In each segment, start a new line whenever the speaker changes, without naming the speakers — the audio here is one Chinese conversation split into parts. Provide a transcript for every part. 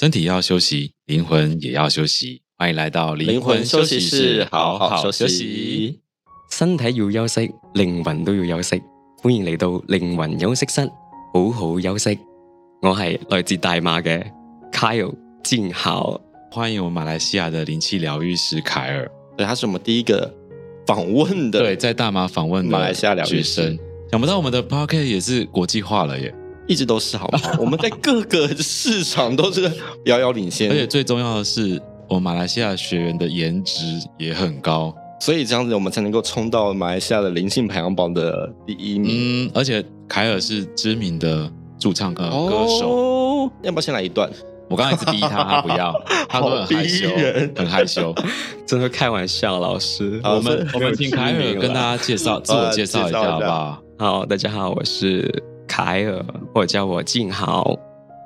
身体要休息，灵魂也要休息。欢迎来到
灵魂休息室，好好休。息。
身體要休息，靈魂都要休息。歡迎嚟到靈魂休息室，好好休息。我係來自大馬嘅 Kyle 戰校，
欢迎我们马来西亚的灵气疗愈师凯尔，
对，他是我们第一个访问的，
对，，在大马访问的
马来西亚疗
学
愈师
生。想不到我们的 p o c k e t 也是国际化了耶，
一直都是好吗？我们在各个市场都是遥遥领
而且
先，
最重要的是，我们马来西亚学员的颜值也很高。
所以这样子我们才能够冲到马来西亚的灵性排行榜的第一名。
嗯，而且凯尔是知名的驻唱歌歌手。
手，要不要先来一段？
我刚才一直逼他，他不 要，他都很害羞
好逼人，
很害羞。
真的開玩笑，老師。
好
我 们我
所以
们请凯尔跟大家介绍，自我介绍一
啊
下好不好？
好，大家好，我是凯尔，或者叫我静豪。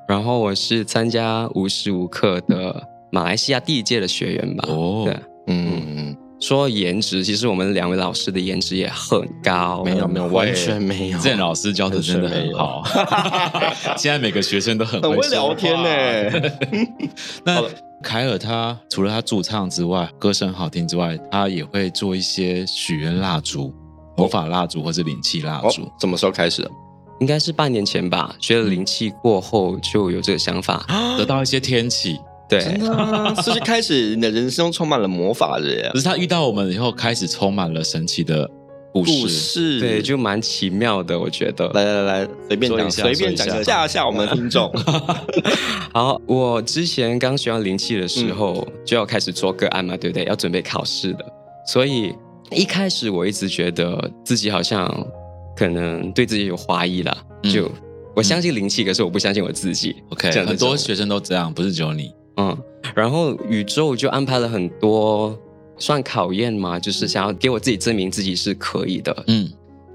然后我是参加无时无刻的马来西亚第一届的学员吧。
哦
对，
嗯，
说颜值，其实我们两位老师的颜值也很高。
没有没有，完全没有
之。前老师教的真的很好， 现在每个学生都很
很会
说话
聊天呢。
那
好了
凯尔他除了他驻唱之外，歌声好听之外，他也会做一些许愿蜡烛、
哦
魔法蜡烛或者灵气蜡
好
烛。，
什么时候开始？
应该是半年前吧，学
嗯
了灵气过后就有这个想法。
哦
得到一些天启。
对，
啊，就是开始你的人生充满了魔法的耶
可是他遇到我们以后，开始充满了神奇的故事。
故事，
对，就蛮奇妙的，我觉得。
来来来来，随便
说一
讲，
下
随便
说
讲
一下
一下，吓吓我们的听 众。
好，我之前刚学完灵气的时候、就要开始做个案嘛，对不对？要准备考试的，所以一开始我一直觉得自己好像可能对自己有怀疑啦，
嗯
就我相信灵气，可是我不相信我自己。这
OK，
样子
很多
做
学生都这样，不是只有你。
嗯，然后宇宙就安排了很多算考验嘛，就是想要给我自己证明自己是可以的，
嗯，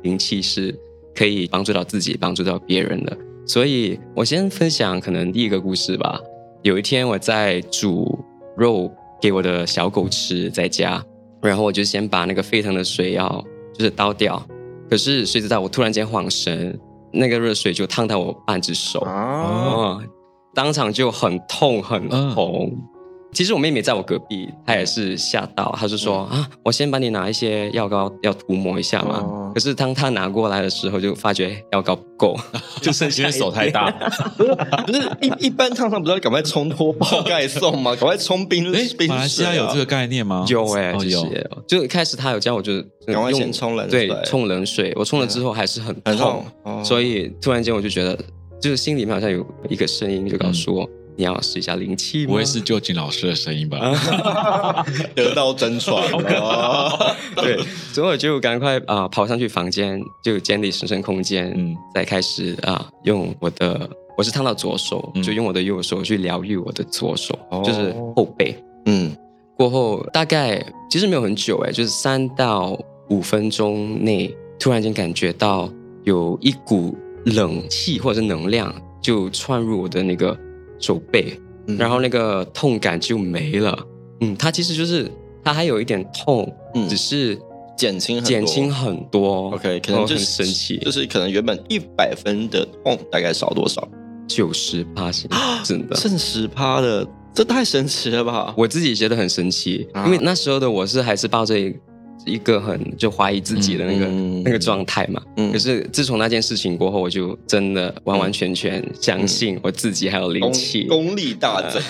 灵气是可以帮助到自己、帮助到别人的。所以我先分享可能第一个故事吧。有一天我在煮肉给我的小狗吃，在家，然后我就先把那个沸腾的水要就是倒掉，可是谁知道我突然间晃神，那个热水就烫到我半只手，
啊，
哦，当场就很
嗯
痛很红。其实我妹妹在我隔壁，她也是吓到，她就说、
嗯
啊，我先帮你拿一些药膏要涂抹一下嘛。
哦
可是当她拿过来的时候，就发觉药膏不够，
哦
就剩因为手太 大。
不是一一般烫伤不是要赶快冲脱泡盖送吗？ 赶快冲冰
哎，
冰
马来西
水
亚
啊
有这个概念吗？
有哎、
哦
其实
有。
也有。就一开始她有教我就，就
赶快
用
先冲冷水
对，冲冷水。我冲了之后还是很
很
痛
痛，，哦
所以突然间我就觉得，就是心里面好像有一个声音就告诉
嗯
我，你要试一下灵气吗。
不会是就近老师的声音吧？
得到真传啊
哦
了。
对，所以我就赶快啊、跑上去房间，就建立神圣空间，
嗯
再开始啊、用我的我是烫到左手，
嗯
就用我的右手去疗愈我的左手，
哦
就是后背。
嗯，
过后大概其实没有很久哎，就是三到五分钟内，突然间感觉到有一股冷气或者是能量就窜入我的那个手背，
嗯
然后那个痛感就没了。嗯，它其实就是它还有一点痛，
嗯
只是
减轻很多
减轻很多。
OK，可
然
能
后
就
很
是
神奇，
就是可能原本一百分的痛大概少多少？
九十八十，
啊
真的。
剩十趴的，这太神奇了吧！
我自己觉得很神奇，
啊
因为那时候的我是还是抱着一一个很就怀疑自己的那个、
嗯
那个状态嘛。
嗯
可是自从那件事情过后，我就真的完完全全相信我自己还有灵
功
气。
嗯功力大增。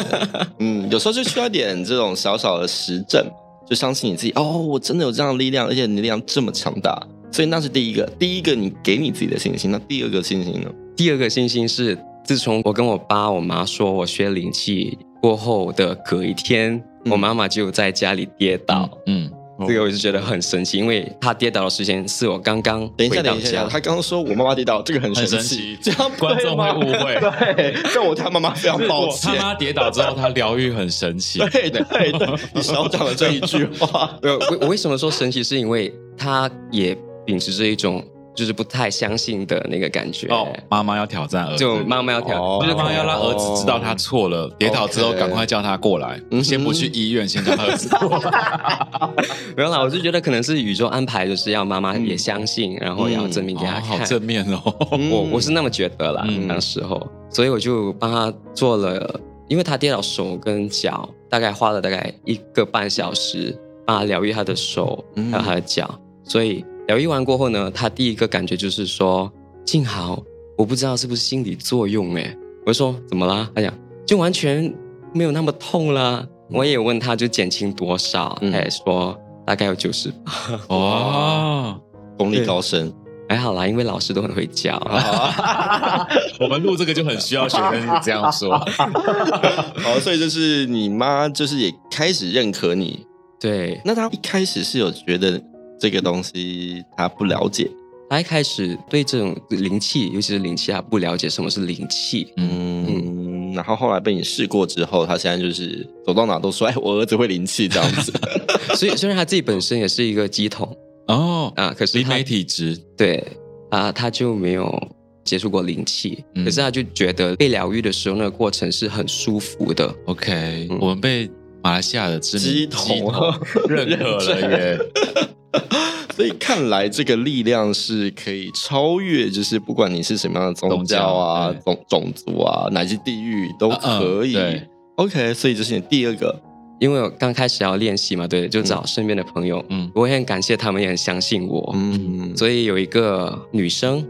嗯，有时候就需要点这种小小的实证，就相信你自己。哦，我真的有这样的力量，而且你的力量这么强大。所以那是第一个，第一个你给你自己的信心。那第二个信心呢？
第二个信心是，自从我跟我爸我妈说我学灵气过后的隔一天，
嗯哦
我妈妈就在家里跌倒。
嗯，
这个我就觉得很神奇，因为她跌倒的时间是我刚刚
等一
回
下，
到
等一
家
下，他刚刚说我妈妈跌倒，这个很
很神
奇
奇，
这样
观众会误
对吗
会
对，但我他妈妈非常抱
他
歉。
妈跌倒之后，他疗愈很神奇。
对对对， 你少讲了这一句话。
呃，我我为什么说神奇？是因为他也秉持着一种就是不太相信的那个感觉，
哦，妈妈要挑战儿子，
就慢慢要调，
哦
就是
妈
可
妈
能
要让儿子知道他错了，跌倒之后
OK
赶快叫他过来，
嗯哼
先不去医院，先叫他儿哦子过来。
没有啦，我就觉得可能是宇宙安排，就是要妈妈也相信，然后也要证明给他
哦好
看。
正面哦，
嗯
我我是那么觉得啦，
嗯
那时候，所以我就帮他做了因为他跌到手跟脚，大概花了大概一个半小时帮他疗愈他的手，
嗯
还有他的脚。所以疗愈完过后呢，他第一个感觉就是说：“静豪，我不知道是不是心理作用哎。”我说：“怎么啦？”他讲：“就完全没有那么痛啦。”我也问他就减轻多少，
嗯
他也说大概有九十，
哦，
功力高深，
还好啦，因为老师都很会教。
哦
我们录这个就很需要学生这样说。
嗯好，所以就是你妈就是也开始认可你。
对，
那她一开始是有觉得这个东西她不了解，
他一开始对这种灵气，尤其是灵气，他不了解什么是灵气。
嗯，然后后来被你试过之后，她现在就是走到哪都说，哎，我儿子会灵气这样 子。
所以虽然他自己本身也是一个鸡桶
哦，
啊，可是
灵
他
媒体质，
对啊，他就没有接触过灵气，
嗯
可是他就觉得被疗愈的时候那个过程是很舒服的。
OK，、
嗯
我们被马来西亚的知名
鸡桶
鸡啊 认可了耶。
所以看来这个力量是可以超越，就是不管你是什么样的宗教啊、
宗
种种族啊，乃至地域都可以。
嗯嗯对
OK，所以这是你第二个，
因为我刚开始要练习嘛，对，就找身边的朋友，
嗯
我也很感谢他们，也很相信我，
嗯，
所以有一个女生，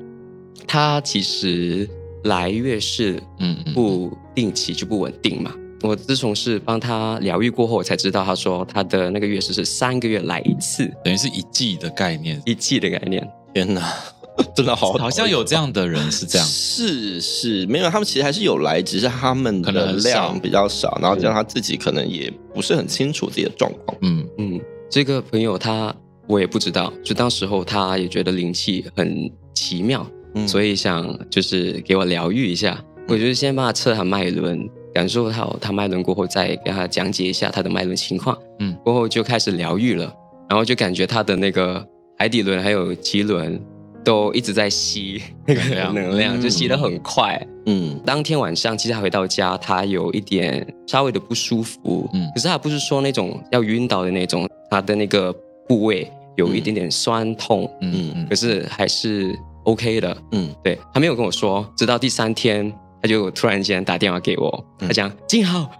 她其实来月事
嗯嗯，
不定期就不稳定嘛。我自从是帮她疗愈过后，我才知道她说她的那个月事是三个月来一次，
等于是一季的概念，
一季的概念。
天哪， 真的好，
好像有这样的人是这样。
是是，没有，他们其实还是有来，只是他们
可能
的
很少
量比较少，然后加上他自己可能也不是很清楚自己的状况。
嗯，
嗯，这个朋友她我也不知道，就当时候她也觉得灵气很奇妙，所
嗯
以
以想就是给我疗愈一下。我就是先帮她测她脉轮，感受到她脉轮过后，再给她讲解一下她的脉轮情况。
嗯
过后就开始疗愈了，然后就感觉她的那个海底轮还有脐轮都一直在吸那个嗯
能量
能量，就吸得很快。
嗯
当天晚上，其实他回到家，他有一点稍微的不舒服，
嗯
可是他不是说那种要晕倒的那种，他的那个部位有一点点酸痛，
嗯
嗯
嗯
可是还是 OK 的。
嗯，
对他没有跟我说，直到第三天，他就突然间打电话给我，
嗯
他讲：“静浩，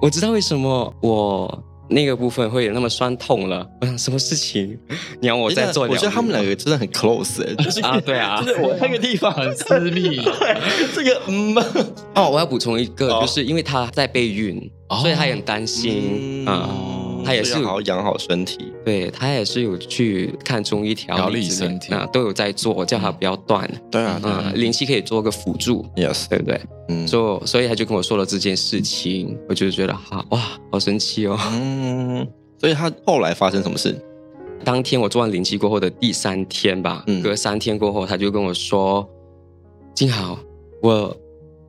我知道为什么我那个部分会有那么酸痛了。”我想什么事情？你要我
真
再
的
做疗
我
愈吗？
觉得他们两个真的很 close，、欸、 就是
啊，对啊，
就是我那个地方
很私密
这个嗯，
哦，我要补充一个，
哦
就是因为他在备孕，
哦
所以他也很担心啊、
嗯
他也是
所以要好好养好身体。
对他也是有去看中医调
调理
之类
身体
啊，都有在做，叫他不要断，
对啊
嗯
嗯，灵气可以做个辅助，
，yes，
对不对？
嗯
所以所以他就跟我说了这件事情，我就觉得哈哇，好神奇哦！
嗯，所以他后来发生什么事？
当天我做完灵气过后的第三天吧，
嗯
隔三天过后，他就跟我说：“静好，我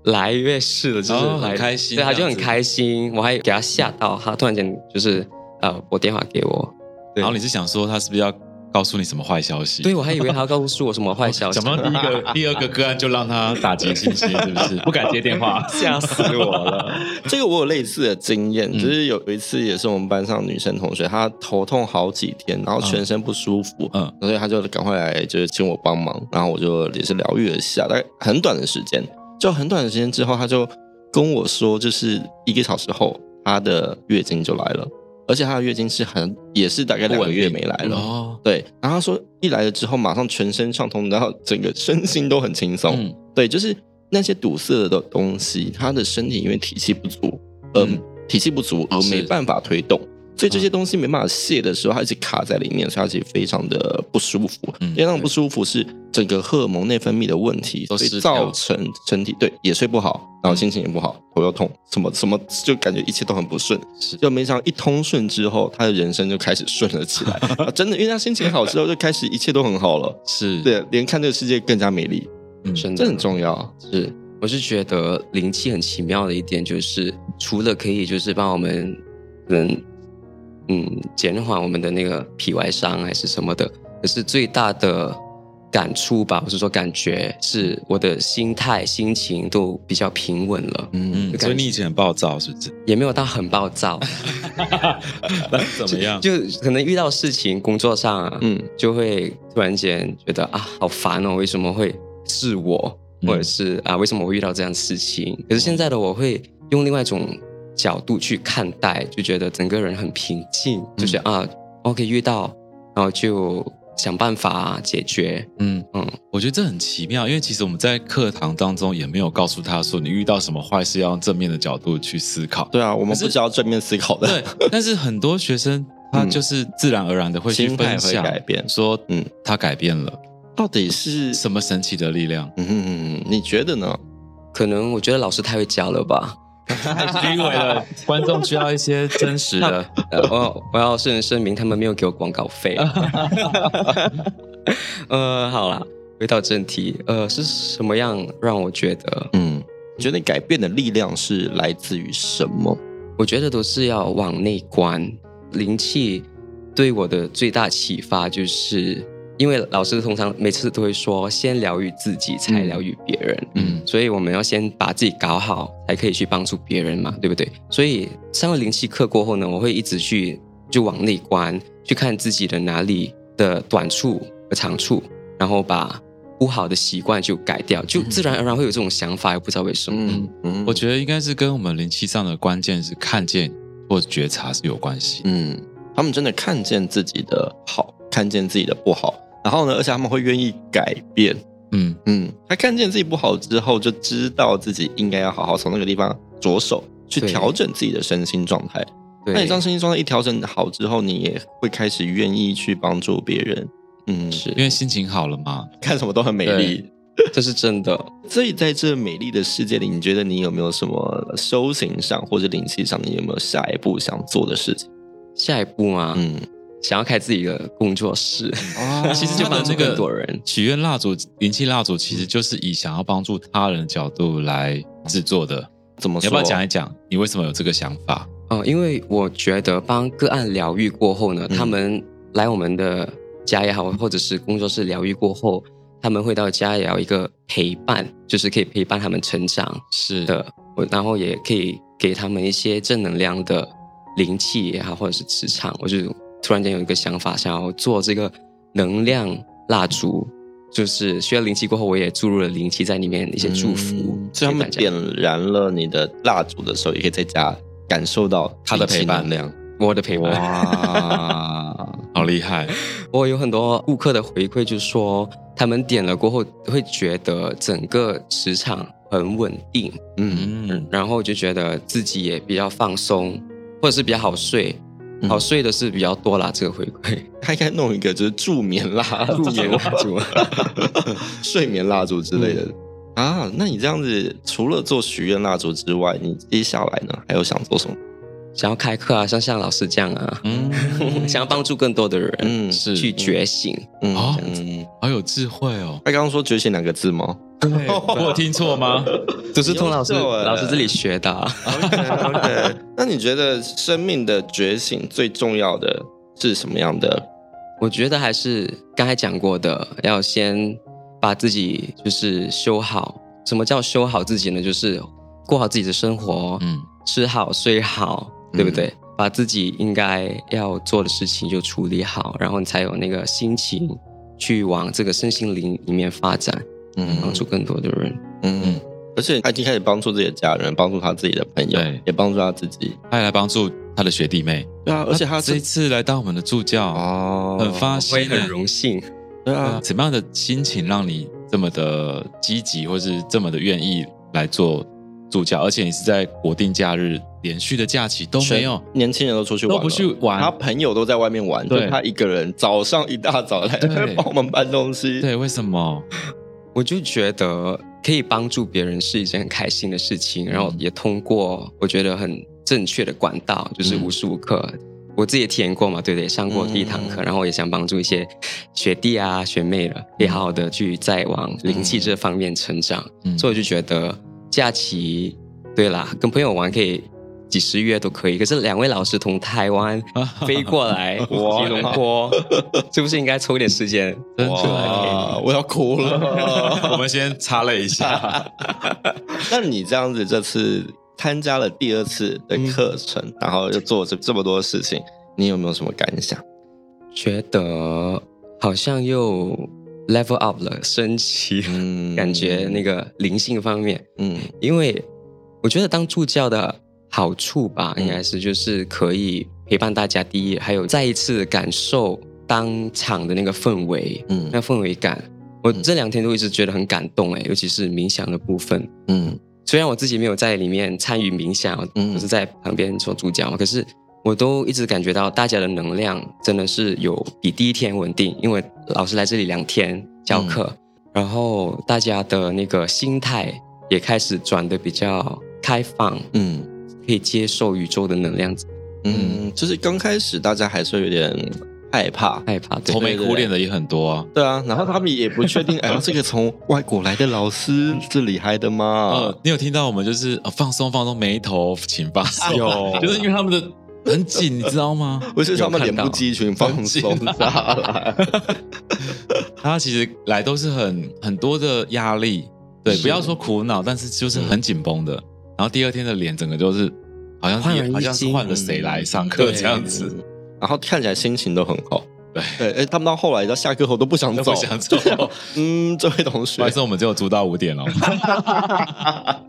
来月事了，就是来、
哦很开心
对，他
这
就
样
很
子
开心，我还给他吓到，他突然间就是呃拨电话给我，对
然后你是想说他是不是要告诉你什么坏消息？
对我还以为他要告诉我什么坏消 息。
想，不到第一个、第二个个案就让他打击信心，是不是？不敢接电话
吓死我了。
这个我有类似的经验，
嗯
就是有有一次也是我们班上女生同学，她头痛好几天，然后全身不舒服，
嗯
所以她就赶快来就是请我帮忙，然后我就也是疗愈了一下，大概很短的时间，就很短的时间之后，她就跟我说，就是一个小时后她的月经就来了，而且她的月经是很也是大概两个月没来了。
哦，
对，然后她说一来了之后，马上全身畅通，然后整个身心都很轻松。
嗯
对，就是那些堵塞的东西，他的身体因为体气不足，而、
嗯
体气不足而
是嗯
没办法推动，所以这些东西没办法卸的时候，它一直卡在里面，所以它其实非常的不舒服。
嗯
因为那种不舒服是整个荷尔蒙内分泌的问题，
都
所以
失调嗯
造成身体对也睡不好，然后心情也不好，头又痛，什么什么就感觉一切都很不顺。
是
就没想到一通顺之后，他的人生就开始顺 了起来，啊真的，因为他心情好之后，就开始一切都很好了。
是，
对，连看这个世界更加美 丽，
嗯
真的
这很重要。啊
是，我是觉得灵气很奇妙的一点就是，除了可以就是帮我们能嗯减缓我们的那个皮外伤还是什么的，可是最大的感触吧，我是说感觉是我的心态、心情都比较平稳了，
嗯
嗯，所以你以前很暴躁是不是？
也没有到很暴躁，
那怎么样？
就可能遇到事情工作上、啊，
嗯
就会突然间觉得啊好烦哦，为什么会是我？或者是啊，为什么我遇到这样的事情？可是现在的我会用另外一种角度去看待，就觉得整个人很平静，就觉得、啊，OK 遇到，然后就想办法解决。
嗯嗯
嗯，
我觉得这很奇妙，因为其实我们在课堂当中也没有告诉他说，你遇到什么坏事要用正面的角度去思考。
对啊，我们
可是
不知道正面思考的
对，但是很多学生他就是自然而然的会去
心态
分
会
享，
改变
说嗯
嗯
他改变了，
到底是
什么神奇的力量？
嗯哼哼，你觉得呢？
可能我觉得老师太会教了吧。
太虚伪了，观众需要一些真实的。
呃，我我要声声明，他们没有给我广告费。 呃，好啦，回到正题，呃，是什么样让我觉得？
嗯，你觉得改变的力量是来自于什么？
我觉得都是要往内观。灵气对我的最大启发，就是因为老师通常每次都会说，先疗愈自己，才疗愈别人。
嗯
所以我们要先把自己搞好，才可以去帮助别人嘛，对不对？所以上了灵气课过后呢，我会一直去就往内观，去看自己的哪里的短处和长处，然后把不好的习惯就改掉，就自然而然会有这种想法，也不知道为什么。
嗯嗯
我觉得应该是跟我们灵气上的关键是看见或觉察是有关系。
嗯，他们真的看见自己的好，看见自己的不好，然后呢，而且他们会愿意改变。
嗯，
嗯，他看见自己不好之后，就知道自己应该要好好从那个地方着手去
对
调整自己的身心状态。
对，
那你这样身心状态一调整好之后，你也会开始愿意去帮助别人。嗯，
因为心情好了嘛，
看什么都很美丽。
这是真的。
所以在这美丽的世界里，你觉得你有没有什么修行上或者灵气上，你有没有下一步想做的事情？
下一步嘛，
嗯，
想要开自己的工作室，
哦
其实
就
就把
帮助
那个
更多人。
许愿蜡烛、灵气蜡烛其实就是以想要帮助他人的角度来制作的。
怎么
你
说？
要不要讲一讲你为什么有这个想法？
哦、因为我觉得帮个案疗愈过后呢，
嗯
他们来我们的家也好，或者是工作室疗愈过后，他们回到家也要一个陪伴，就是可以陪伴他们成长
是
的，我然后也可以给他们一些正能量的灵气也好，或者是磁场。我就突然间有一个想法，想要做这个能量蜡烛。就是需要灵气过后，我也注入了灵气在里面一些祝福，
嗯所以他
给大
们
家
点燃了你的蜡烛的时候，也可以在家感受到
他的
自己
陪伴
能量。
我的陪伴。
哇，
好厉害，
我有很多顾客的回馈，就说他们点了过后会觉得整个磁场很稳定，
嗯，
嗯，
然后就觉得自己也比较放松，或者是比较好睡。
嗯
好睡的是比较多啦，这个回馈
他应该弄一个就是助眠蜡烛、
助眠蜡烛
睡眠蜡烛之类的。啊，那你这样子除了做许愿蜡烛之外，你接下来呢还有想做什么？
想要开课啊，像像老师这样啊，
嗯，
想要帮助更多的人，
嗯
是
去觉醒。
嗯，
哦
这样子
好有智慧哦。
他刚刚说觉醒两个字吗？
对，我有听错吗？
嗯都是从老师
很优秀欸
老师这里学的、啊，
OK，那 你觉得生命的觉醒最重要的是什么样的？
我觉得还是刚才讲过的，要先把自己就是修好。什么叫修好自己呢？就是过好自己的生活，
嗯，
吃好睡好，对不对？把自己应该要做的事情就处理好，然后你才有那个心情去往这个身心灵里面发展，
嗯
帮助更多的人。
嗯，而且他已经开始帮助自己的家人，帮助他自己的朋友
对，
也帮助他自己。
他也来帮助他的学弟妹，
对啊，而且他
这一
是
次来当我们的助教，
哦
很发
我也
心欸，
很荣幸，
对啊
啊，怎么样的心情让你这么的积极，或是这么的愿意来做助教？而且你是在国定假日连续的假期都没有，
年轻人都出去玩
都
了，
不去
他
玩。
朋友都在外面玩，就
对
他一个人早上一大早来
对
帮我们搬东西。
对，为什么？
我就觉得可以帮助别人是一件很开心的事情，然后也通过我觉得很正确的管道，
嗯
就是无时无刻。我自己也体验过嘛，对不对？上过第一堂课，然后也想帮助一些学弟啊、学妹了，可以好好的去再往灵气这方面成长。
嗯
所以我就觉得假期，对啦，跟朋友玩可以几十月都可以。可是两位老师从台湾飞过 来
哇
吉隆坡，是不是应该抽点时间？
真的，
哇，我要哭了。
我们先擦了一下。
那你这样子这次参加了第二次的课程，然后又做这这么多事情，你有没有什么感想？
觉得好像又 level up 了，升级了，
嗯
感觉那个灵性方面，
嗯
因为我觉得当助教的好处吧，
嗯
应该是就是可以陪伴大家第一，还有再一次感受当场的那个氛围，
嗯
那氛围感，我
嗯
这两天都一直觉得很感动哎，尤其是冥想的部分。
嗯
虽然我自己没有在里面参与冥想，
嗯
我是在旁边做助教嘛，可是我都一直感觉到大家的能量真的是有比第一天稳定，因为老师来这里两天教课，然后大家的那个心态也开始转的比较开放，
嗯
可以接受宇宙的能量，
嗯，就是刚开始大家还是会有点害怕，
害怕对
愁眉苦脸的也很多啊。
对啊，然后他们也不确 定，哎，这个从外国来的老师是厉害的吗
呃？，你有听到我们就是、呃、放松放松眉头，请放松，
有
就是因为他们的很紧，你知道 吗？
不哦是他们
有
脸
看到
部肌群放松下来，
他其实来都是很很多的压力，对，
是
不要说苦恼，但是就是很紧绷的。然后第二天的脸整个就是好像
焕然一新
好像是换了谁来上课
对
这样子，
然后看起来心情都很好。
对
对，哎，他们到后来到下课后都不想
都
走，
不想 走。
嗯，这位同
不好
学
意思，我们只有租到五点哦。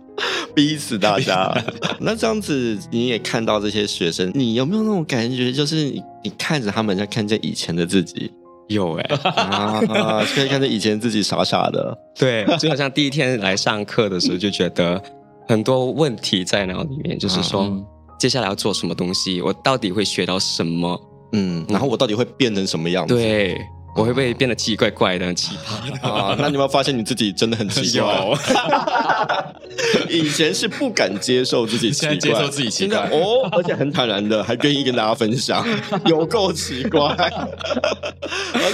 逼死大家。那这样子你也看到这些学生，你有没有那种感觉，就是你你看着他们，像看见以前的自己
有哎、
啊，可以看见以前自己傻傻的，
对，就好像第一天来上课的时候就觉得很多问题在脑里面，就是说、
嗯
接下来要做什么东西，我到底会学到什么？
嗯，然后我到底会变成什么样子？
对，我会不会变得奇奇怪怪的、很奇葩的？
啊，那你有没有发现你自己真的很 奇怪？以前是不敢接受自己奇怪，
现在接受自己奇怪
现在哦，而且很坦然的，还愿意跟大家分 享，有够奇怪。 啊，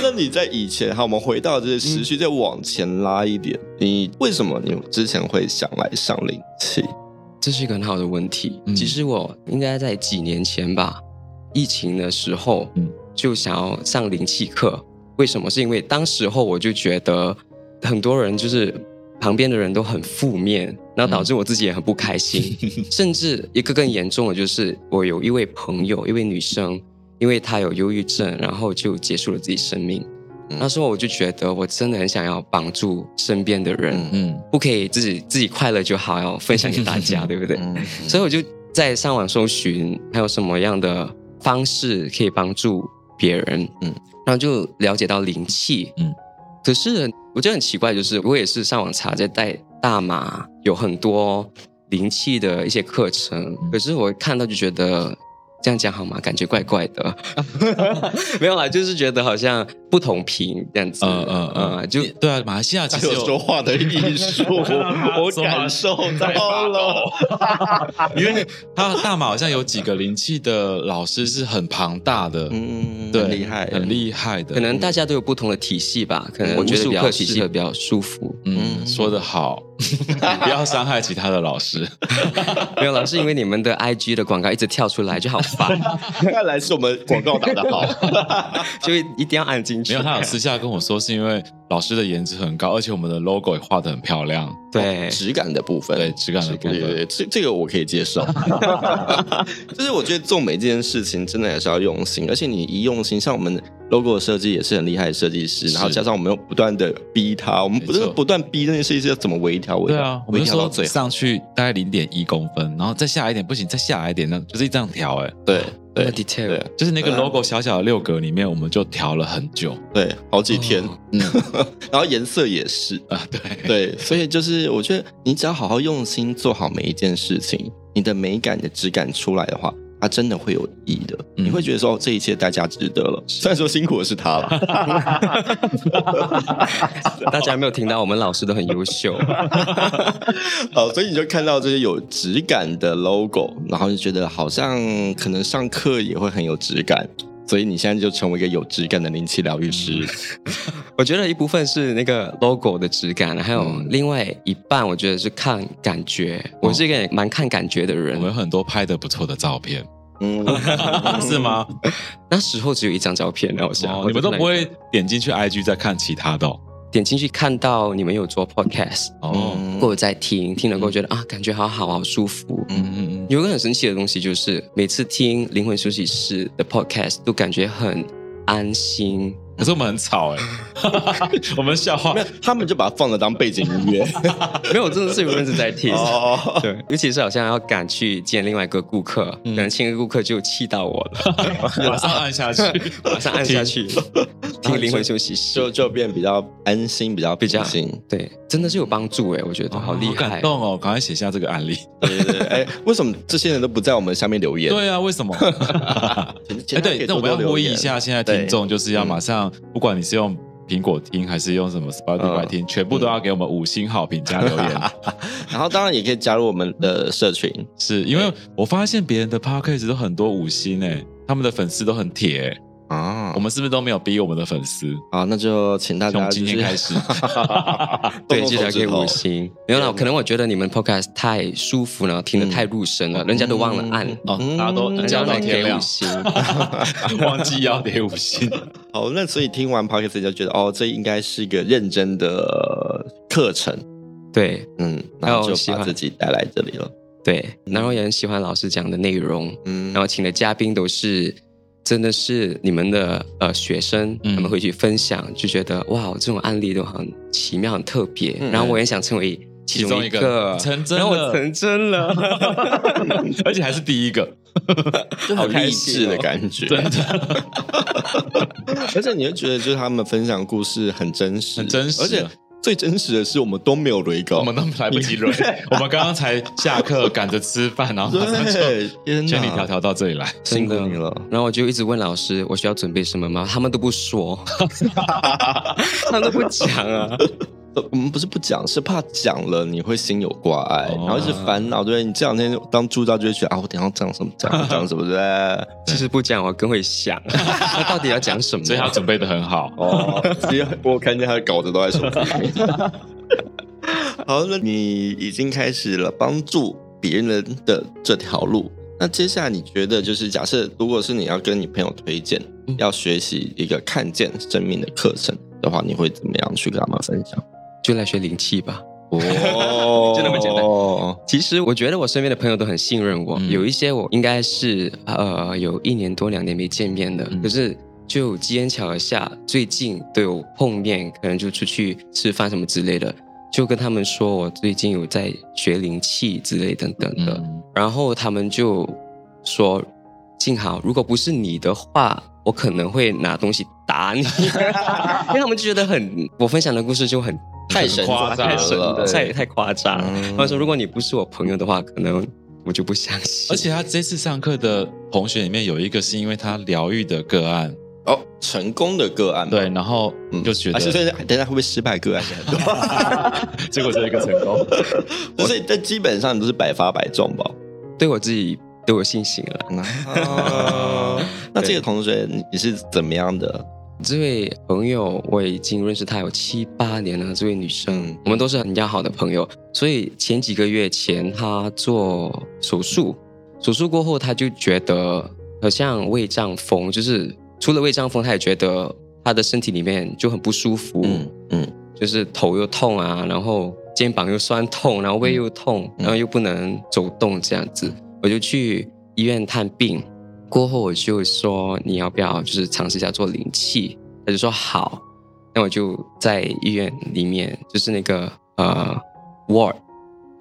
那你在以前，好，我们回到这个时序，再往前拉一点，
嗯
你为什么你之前会想来上灵气？
这是一个很好的问题。
嗯
其实我应该在几年前吧，疫情的时候，
嗯
就想要上灵气课。为什么？是因为当时候我就觉得很多人就是旁边的人都很负面，然后导致我自己也很不开心。 甚至一个更严重的就是，我有一位朋友，一位女生，因为她有忧郁症，然后就结束了自己生命。
嗯
那时候我就觉得，我真的很想要帮助身边的人，
嗯
嗯，
不可以自己自己快乐就好，要分享给大家，对不对？
嗯，
所以我就在上网搜寻还有什么样的方式可以帮助别人，
嗯
嗯，然后就了解到灵气，
嗯
嗯，可是我觉得很奇怪，就是我也是上网查，在在大马有很多灵气的一些课程，
嗯
可是我看到就觉得。这样讲好吗？感觉怪怪的，没有啦，就是觉得好像不同频这样子，
呃呃呃，
呃就
就对啊，马来西亚其
还
实
有说
有，
话的 艺术，我感受到了。
因为他大马好像有几个灵气的老师是很庞大的，
嗯，
对，
很厉害，
很厉害的。
可能大家都有不同的体系吧，可能
我觉得
无数
比较
课体
适
系
合
会比较舒服。
嗯，
嗯
说得 好，你不要伤害其他的老 师。
没有啦，是因为你们的 IG 的广告一直跳出来，就好 烦，
看来是我们广告打得好。
就一定要按进去。
没有，他有私下跟我说，是因为老师的颜值很高，而且我们的 logo 也画得很漂亮。
对，
质感的部分，
对质感的部分
对对对，这这个我可以接 受。就是我觉得做每件事情真的也是要用心，而且你一用心，像我们 logo 的设计也是很厉害的设计师，
是
然后加上我们又不断的逼他，我们不
没
是
错
不断逼那些设计师要怎么微调，微
对
调
啊，我
微
们
调到
就
最
说
好。
上去大概零点一公分，然后再下来一点，不行，再下来一点，那就是这样调。哎，
对
那么
对
detail
对
就是那
对
个
啊
logo 小小的六格里面，我们就调了很久
对，好几天
哦，
嗯， 然后颜色也是，
啊。 对，
对，所以就是我觉得你只要好好用心做好每一件事情，你的美感、你的质感出来的话，它真的会有意义的。
嗯
你会觉得说，哦，这一切代价值得了。 虽然说辛苦的是他 了，
大家没有听到，我们老师都很 优秀。
嗯
呃，所以你就看到这些有质感的 logo，然后就觉得好像可能上课也会很有质感。所以你现在就成为一个有质感的灵气疗愈 师，
我觉得一部分是那个 logo 的质感，还有
嗯
另外一半，我觉得是看感觉。我是一个蛮看感觉的
我
人
们，有很多拍的不错的照片，
嗯，
是 吗？
那时候只有一张照片，然后我想
哦
我
你
就
们都
看
不会点进去 IG 再看其他的哦。
点进去看到你们有做 podcast，
哦，
嗯
或者在听，听了过后觉得啊，感觉好好，好舒服。
嗯嗯嗯，
有一个很神奇的东西，就是每次听灵魂休息室的 podcast 都感觉很安心，
可是我们很 吵哎、我们笑话
没有，他们就把它放了当背景音乐。
没有，真的是有认真在听。
哦，
对，尤其是好像要赶去见另外一个顾客，可能前一个顾客就气到我了，
马上按下 去，
马上按 下去， 听灵魂休息 室。
就就变比较安心，比较
比较
平静。
对，真的是有帮助哎，我觉得好厉害，
感动哦！赶快写下这个 案例。
对对对，哎，为什么这些人都不在我们下面留言？
对啊，为 什么？
对
哎，对，那我们要呼吁一下现在听众，就是要马上，不管你是用苹果听还是用什么 Spotify
嗯
听，全部都要给我们五星好评加留
嗯
言。
然后当然也可以加入我们的社群，
是因为我发现别人的 podcast 都很多五星哎，他们的粉丝都很铁哎，
啊
我们是不是都没有逼我们的粉 丝？
啊，那就请大
从
家
今天
就是
开 始
动
对，
动
记得
手指
给
头
五星。没有啦，可能我觉得你们 podcast 太舒服了，听得太入神了，人家都忘了按，
哦，大家都
嗯
人
叫
家
到
来
天
给
亮
五，星。
忘记要给五 星。
好，那所以听完 podcast 就觉得哦，这应该是一个认真的课程，
对
嗯，然后
哦喜
就把
欢
自己带来这里了，
对，然后也很喜欢老师讲的内容，
嗯，
然
哦
后请的嘉宾都是真的是你们的呃学生，
嗯
他们会去分享，就觉得哇，这种案例都很奇妙、很特别。
嗯
然后我也想成为
其
其
中
中
一
一
个
个，
成真
然后
了
我成真了，
而且还是第一个，
就
好
很
开
励
心
志的
哦
感觉，
真的。
而且你会觉得就是他们分享故事很真实，
很真实啊
而且最真实的是我们都没有雷稿，
我们都来不及轮，我们刚刚才下课赶着吃饭，然后马上就
对，啊天
千里
哪
迢迢到这里来。
辛苦你了。
然后我就一直问老师，我需要准备什么吗？他们都不 说，他们都不讲啊。
呃我们不是不讲，是怕讲了你会心有挂碍，
哦
然后一直烦恼。对你这两天当助教就会觉得啊，我等一下讲什么讲讲什么对不对？
其实不讲，我更会想， 那到底要讲什么？啊
所以他准备的很好，
哦，其实我看见他的稿子都在手机里面。 好，那你已经开始了帮助别人的这条路，那接下来你觉得就是假设如果是你要跟你朋友推荐
嗯
要学习一个看见生命的课程的话，你会怎么样去跟他们分享？
就来学灵气吧。
哦
就那么简单
单。
其实我觉得我身边的朋友都很信任我，
嗯
有一些我应该是呃有一年多两年没见面的，
嗯
可是就机缘巧合下，最近都有碰面，可能就出去吃饭什么之类的，就跟他们说我最近有在学灵气之类等等的，
嗯，
然后他们就说：“静豪，如果不是你的话，我可能会拿东西 打你。”因为他们就觉得很，我分享的故事就很
太神
夸张
太神
了
太太夸张了。
嗯
他们说：“如果你不是我朋友的话，可能我就不相信。”
而且他这次上课的同学里面有一个是因为他疗愈的个案，
哦，成功的个案嘛
对，，然后
嗯
就觉
啊
得
所以等一下会不会失败个案也很多？
结果是一个成 功。
所以这基本上都是百发百中吧。
对我自己都有信心了。
嗯啊，那这个同学你你是怎么样的？
这位朋友，我已经认识她有七八年了。这位女生
嗯，
我们都是很要好的朋友。所以前几个月前，她做手术，手术过后，她就觉得好像胃胀风，就是除了胃胀风，她也觉得她的身体里面就很不舒服，
嗯
就是头又痛啊，然后肩膀又酸痛，然后胃又痛，
嗯
然后又不能走动这样子，我就去医院探病。过后我就说你要不要就是尝试一下做灵气，他就说好，那我就在医院里面，就是那个呃 ward，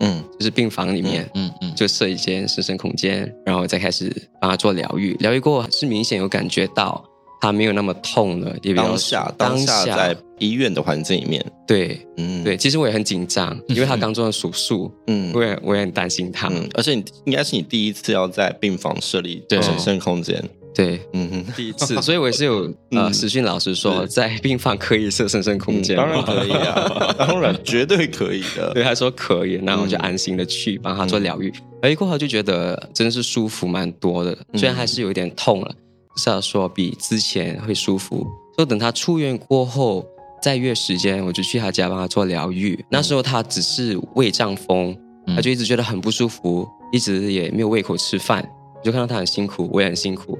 嗯
就是病房里面，
嗯 嗯，
就设一间深深空间，然后再开始帮他做疗愈。疗愈过后是明显有感觉到他没有那么痛了，也比较
当下当
当
下
下
在医院的环境里面，
对
嗯
对，，其实我也很紧张，因为他刚做完手术，
嗯
我也我也很担心他。
嗯，而且你应该是你第一次要在病房设立
对
神圣空间，
对，
嗯哼，
第一次， 所以我也是有呃，
嗯
实训老师说，
是
在病房可以设神圣空间
嗯
吗，
当然可以啊，当然绝对可以
对，
的，
他说可以，那我就
嗯
安心的去帮他做疗愈。而过后就觉得真的是舒服蛮多的，虽然还是有一点痛了，至少说比之前会舒服。说等他出院过后，再约时间，我就去他家帮他做疗愈。那时候他只是胃胀风，
嗯
他就一直觉得很不舒服，一直也没有胃口吃饭。就看到他很辛苦，我也很辛苦，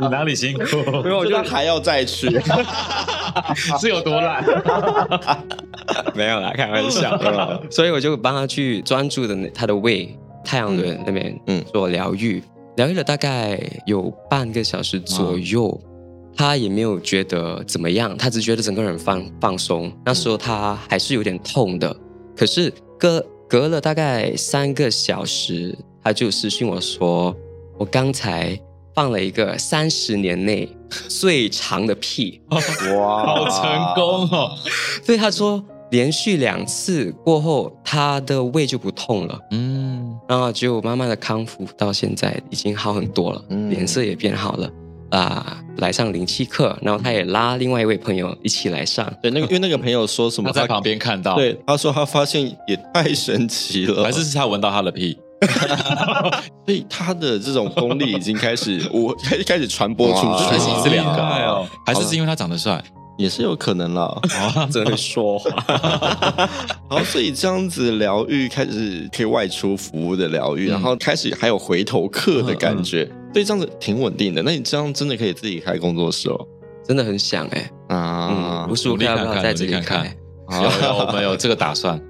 你哪里辛苦？
没有，我觉得还要再去，
是有多懒？
没有啦，开玩笑。所以我就帮他去专注的他的胃太阳轮那边，
嗯
嗯，做疗愈，疗愈了大概有半个小时左右，他也没有觉得怎么样，他只觉得整个人放放松。那时候他还是有点痛的，可是隔隔了大概三个小时，他就私信我说，我刚才放了一个三十年内 最长的屁。
哇，
好成功哦！
所以他说，连续两次过后，他的胃就不痛了。
嗯，
然后就慢慢的康复，到现在已经好很多了，
嗯
脸色也变好了啊、来上灵气课，然后他也拉另外一位朋友一起来上，
对，那个因为那个朋友说什么
他在旁，边看到，，
嗯对，他说他发现也太神奇了，
还是是他闻到他的屁，
所以他的这种功力已经开始，我开始开始传播出
哇
去，
还是
好
是两个
厉害哦，
还是是因为他长得帅？
也是有可能啦。
哦
真会说话。
好，所以这样子疗愈开始可以外出服务的疗愈，
嗯
然后开始还有回头客的感觉，所以这样子挺稳定的。那你这样真的可以自己开工作室哦。
真的很想哎、
啊
嗯，无，数
努力
看
看
要
看
在这里
努力看
开
看有有，我们有这个打算。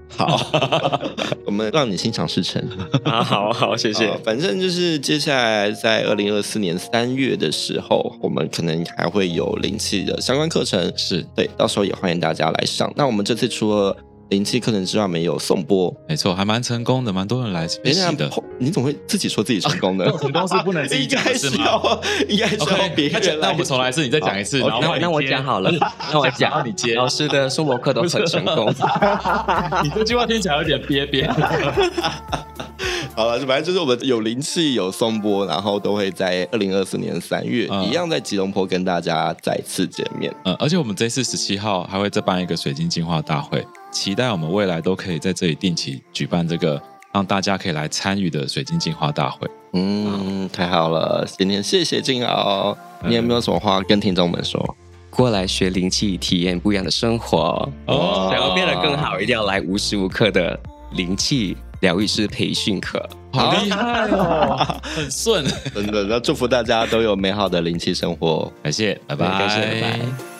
我们让你心想事成。
啊，好好，谢谢。
啊反正就是接下来在二零二四年三月的时候，我们可能还会有灵气的相关课程，
是
对，到时候也欢迎大家来上。那我们这次除了灵气课程之外，我们也有颂钵。
没错，还蛮成功的，蛮多人来学习的。
等一下，你怎么会自己说自己成 功呢？
成功是不能
应该是要，应该是要
OK，
别
那讲
人
那
来
我。们重来一次，你再讲一次，
那
然后
我那我
你接
讲好了，那我
然后
讲，
你接
老师的送博课都很成功，
你这句话听起来有点憋憋。
好了，反正就是我们有灵气，有颂钵，然后都会在二零二四年三月、
嗯
一样在吉隆坡跟大家再次见面。
嗯，而且我们这次十七号还会再办一个水晶净化大会，期待我们未来都可以在这里定期举办这个让大家可以来参与的水晶净化大会。
嗯，太好了，今天谢谢静敖，你有没有什么话跟听众们说？
过来学灵气，体验不一样的生活。
哦
想要变得更好，一定要来无时无刻的灵气疗愈师培训课。
好厉害哦，很顺。
真的，那祝福大家都有美好的灵气生活。
感谢，拜
感
拜，
谢拜拜。